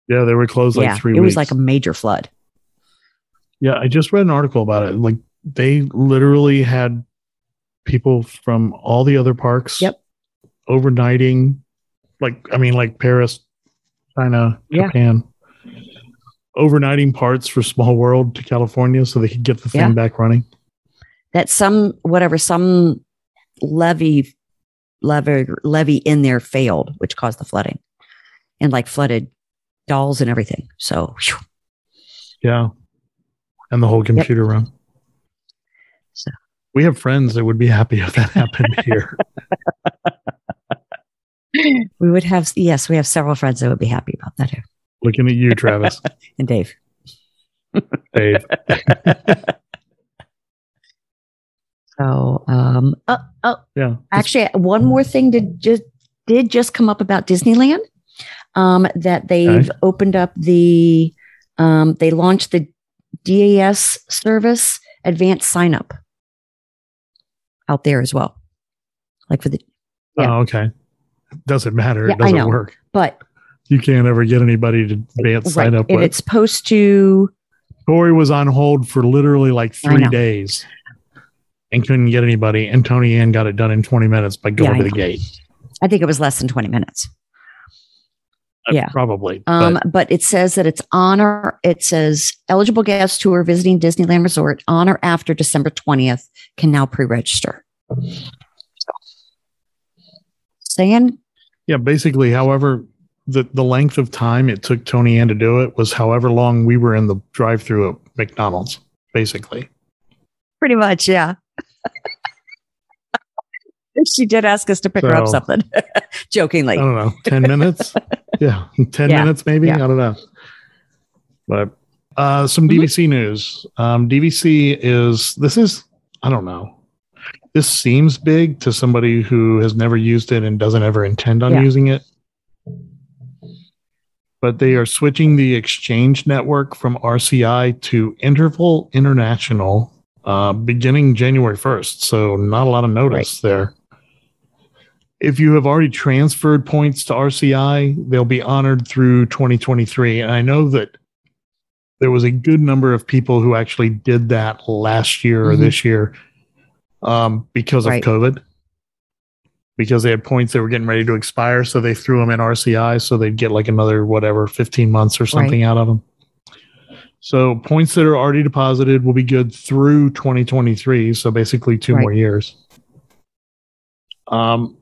S2: Yeah, they were closed like
S1: yeah.
S2: three
S1: it
S2: weeks.
S1: was like a major flood.
S2: Yeah, I just read an article about it. Like they literally had people from all the other parks.
S1: Yep.
S2: Overnighting, like I mean, like Paris, China,
S1: Yeah.
S2: Japan. Overnighting parts for Small World to California so they could get the thing
S1: Yeah.
S2: back running.
S1: that some whatever some levy levy levy in there failed which caused the flooding and like flooded dolls and everything so phew.
S2: Yeah. And the whole computer room.
S1: So-
S2: We have friends that would be happy if that happened here.
S1: we would have yes we have several friends that would be happy about that here.
S2: Looking at you, Travis.
S1: and dave
S2: Dave.
S1: so um oh, oh
S2: Yeah.
S1: actually one more thing did just did just come up about disneyland um that they've opened up the um they launched the das service advanced sign up out there as well like for the Yeah.
S2: Oh, okay. Doesn't matter.
S1: Yeah,
S2: it
S1: I
S2: doesn't
S1: know.
S2: work.
S1: but
S2: You can't ever get anybody to advance
S1: right,
S2: sign up
S1: and
S2: with.
S1: it's supposed to
S2: Corey was on hold for literally like
S1: I
S2: three
S1: know.
S2: days and couldn't get anybody. And Tony Ann got it done in 20 minutes by going
S1: I
S2: to the
S1: know.
S2: gate.
S1: i think it was less than 20 minutes
S2: Uh,
S1: Yeah.
S2: Probably.
S1: Um,
S2: but
S1: but, it says that it's honor. It says eligible guests who are visiting Disneyland Resort on or after December 20th can now pre-register. Saying
S2: yeah, basically, however, the, the length of time it took Tony Ann to do it was however long we were in the drive through at McDonald's, basically.
S1: pretty much, yeah. she did ask us to pick her up
S2: So-
S1: something,
S2: I
S1: jokingly.
S2: don't know, 10 minutes? Yeah, 10
S1: Yeah.
S2: minutes maybe?
S1: Yeah.
S2: I don't know. But uh, some
S1: Mhm.
S2: DVC news. Um, DVC is, this is, I don't know. This seems big to somebody who has never used it and doesn't ever intend on
S1: Yeah.
S2: using it. But they are switching the exchange network from RCI to Interval International uh, beginning January 1st. So, not a lot of notice there. If you have already transferred points to RCI, they'll be honored through 2023. And I know that there was a good number of people who actually did that last year or
S1: Mhm.
S2: this year um, because
S1: Right.
S2: of COVID, because they had points that were getting ready to expire. So they threw them in RCI so they'd get like another, whatever, 15 months or something out of them. So points that are already deposited will be good through 2023. So basically two
S1: Right.
S2: more years. Um,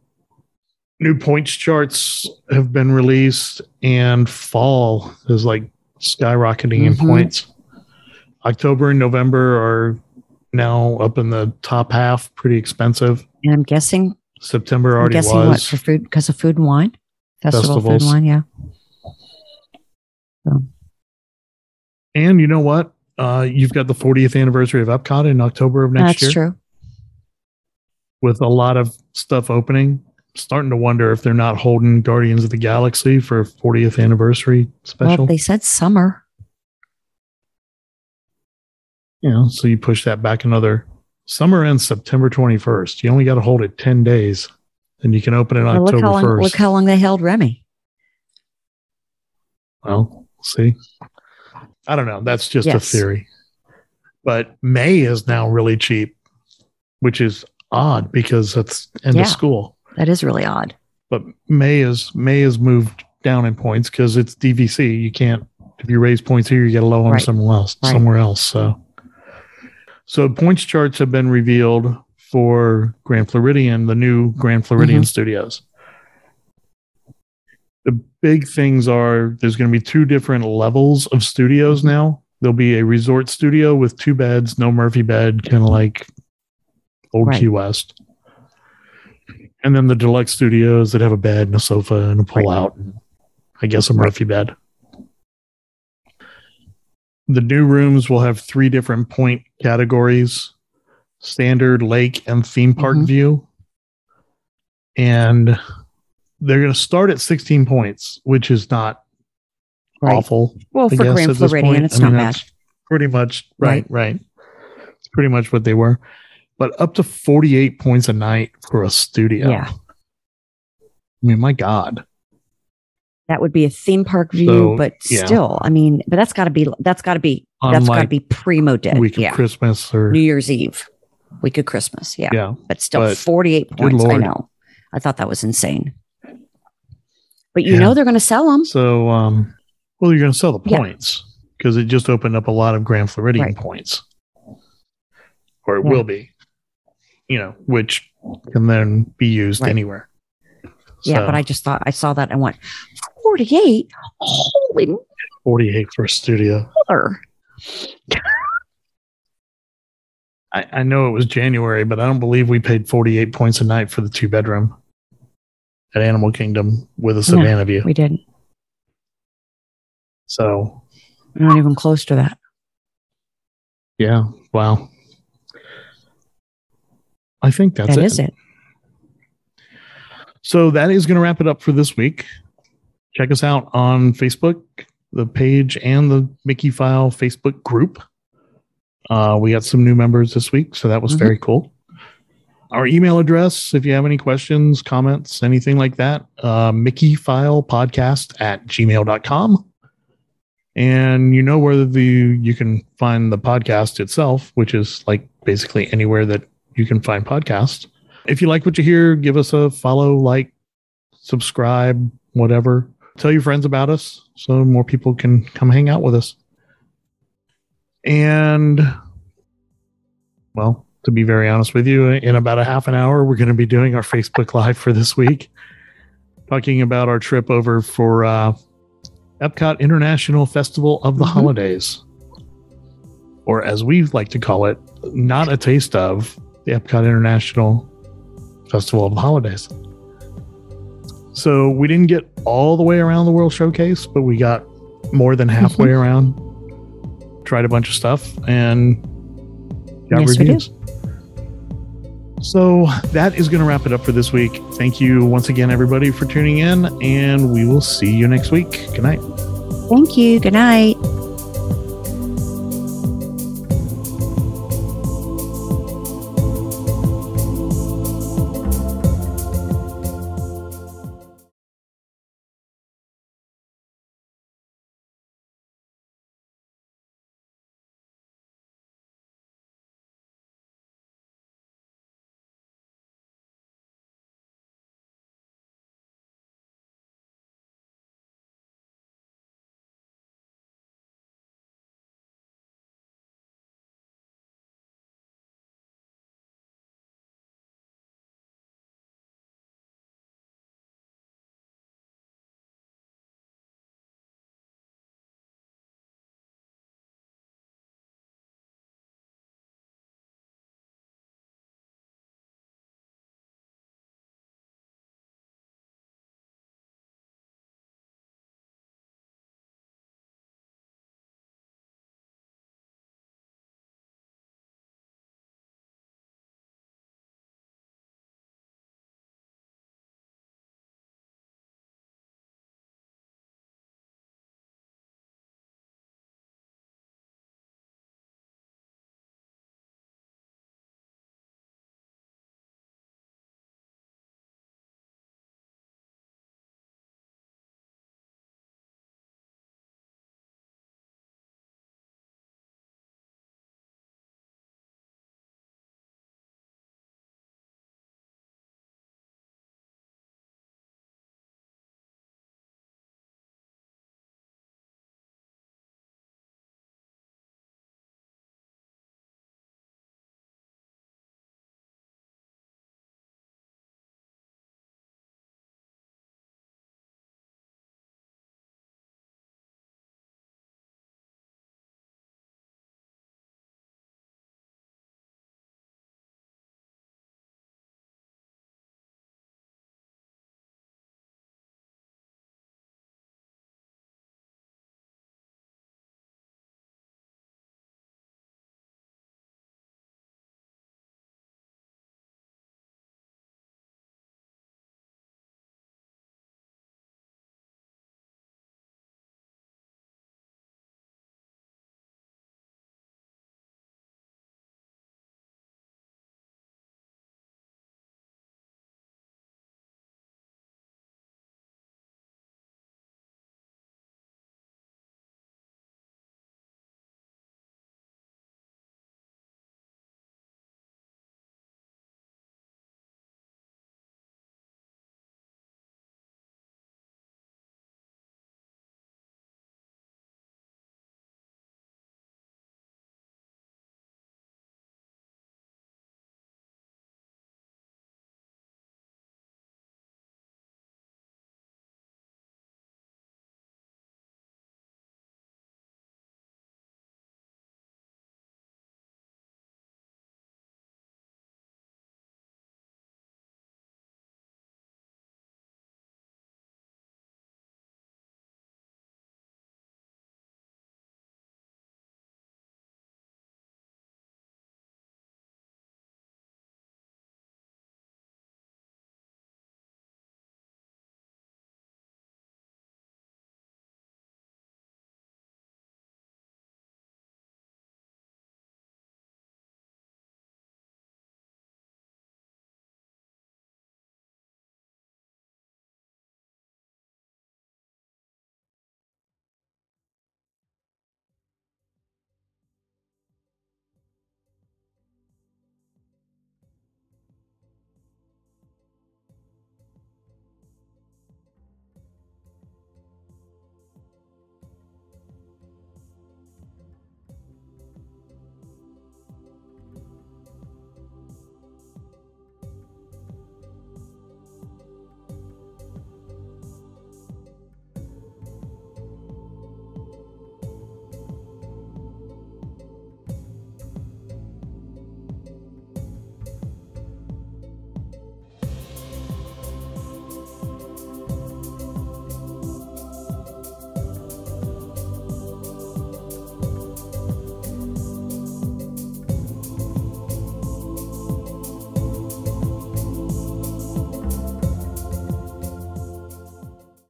S2: new points charts have been released and fall is like skyrocketing in
S1: Mhm.
S2: points. October and November are now up in the top half, pretty expensive.
S1: And I'm guessing,
S2: September
S1: I'm
S2: already
S1: guessing what
S2: was.
S1: for food because of food and wine festival, food and
S2: Festivals.
S1: wine, yeah.
S2: And you know what? Uh, you've got the 40th anniversary of Epcot in October of next
S1: That's
S2: year
S1: true.
S2: with a lot of stuff opening. Starting to wonder if they're not holding Guardians of the Galaxy for 40th anniversary special.
S1: Well, they said summer.
S2: you know, so you push that back another summer ends September 21st. You only got to hold it 10 days and you can open it on
S1: Now look
S2: October
S1: how long, look
S2: first.
S1: how long they held Remy.
S2: well, see, I don't know. That's just a
S1: Yes.
S2: theory. But May is now really cheap, which is odd because that's end
S1: Yeah.
S2: of school.
S1: That is really odd.
S2: But May is May is moved down in points because it's DVC. You can't if you raise points here, you get a low on
S1: Right.
S2: somewhere else.
S1: Right.
S2: Somewhere else. So, so points charts have been revealed for Grand Floridian, the new Grand Floridian
S1: Mm-hmm.
S2: studios. The big things are there's going to be two different levels of studios now. There'll be a resort studio with two beds, no Murphy bed, kind of like old
S1: Right.
S2: Key West. And then the deluxe studios that have a bed and a sofa and a pull out, and I guess a Murphy bed. The new rooms will have three different point categories standard, lake, and theme park
S1: Mhm.
S2: view. And they're going to start at 16 points, which is not
S1: Right.
S2: awful.
S1: Well,
S2: I
S1: for
S2: guess,
S1: Grand
S2: at this
S1: Floridian,
S2: point.
S1: it's
S2: I mean,
S1: not bad.
S2: that's Pretty much,
S1: Right.
S2: right, right. It's pretty much what they were. But up to 48 points a night for a studio.
S1: Yeah.
S2: I mean, my God.
S1: That would be a theme park view,
S2: So,
S1: but
S2: yeah.
S1: still, I mean, but that's got to be that's got to be that's got to
S2: Unlike
S1: be primo dead.
S2: week of
S1: Yeah,
S2: Christmas or,
S1: New Year's Eve, week of Christmas. Yeah,
S2: yeah.
S1: but still,
S2: but-
S1: forty-eight points. I
S2: Lord.
S1: know. I thought that was insane. But you
S2: Yeah.
S1: know they're going to sell them.
S2: So, um, well, you're going to sell the
S1: Yeah.
S2: points because it just opened up a lot of Grand Floridian
S1: Right.
S2: points, or it
S1: Yeah.
S2: will be, you know, which can then be used
S1: Right.
S2: anywhere.
S1: Yeah,
S2: So,
S1: but I just thought I saw that and went, 48? Holy
S2: 48 for a studio.
S1: mother.
S2: I, I know it was January, but I don't believe we paid 48 points a night for the two bedroom at Animal Kingdom with a Savannah view.
S1: We didn't.
S2: So,
S1: We're not even close to that.
S2: yeah, wow. I think that's
S1: That's
S2: it.
S1: it.
S2: So that is going to wrap it up for this week. Check us out on Facebook, the page, and the Mickey File Facebook group. Uh, we got some new members this week, so that was
S1: Mhm.
S2: very cool. Our email address, if you have any questions, comments, anything like that, uh, mickeyfilepodcast at gmail.com. And you know where the you can find the podcast itself, which is like basically anywhere that you can find podcasts. If you like what you hear, give us a follow, like, subscribe, whatever. Tell your friends about us so more people can come hang out with us. And, well, to be very honest with you, in about a half an hour, we're going to be doing our Facebook Live for this week, talking about our trip over for uh, Epcot International Festival of the
S1: Mhm.
S2: Holidays, or as we like to call it, not a taste of the Epcot International Festival of the Holidays. So we didn't get all the way around the World Showcase, but we got more
S1: Mhm.
S2: than halfway around. Tried a bunch of stuff and got
S1: Yes, we did.
S2: reviews. So that is going to wrap it up for this week. Thank you once again, everybody, for tuning in, and we will see you next week. Good night.
S1: Thank you. Good night.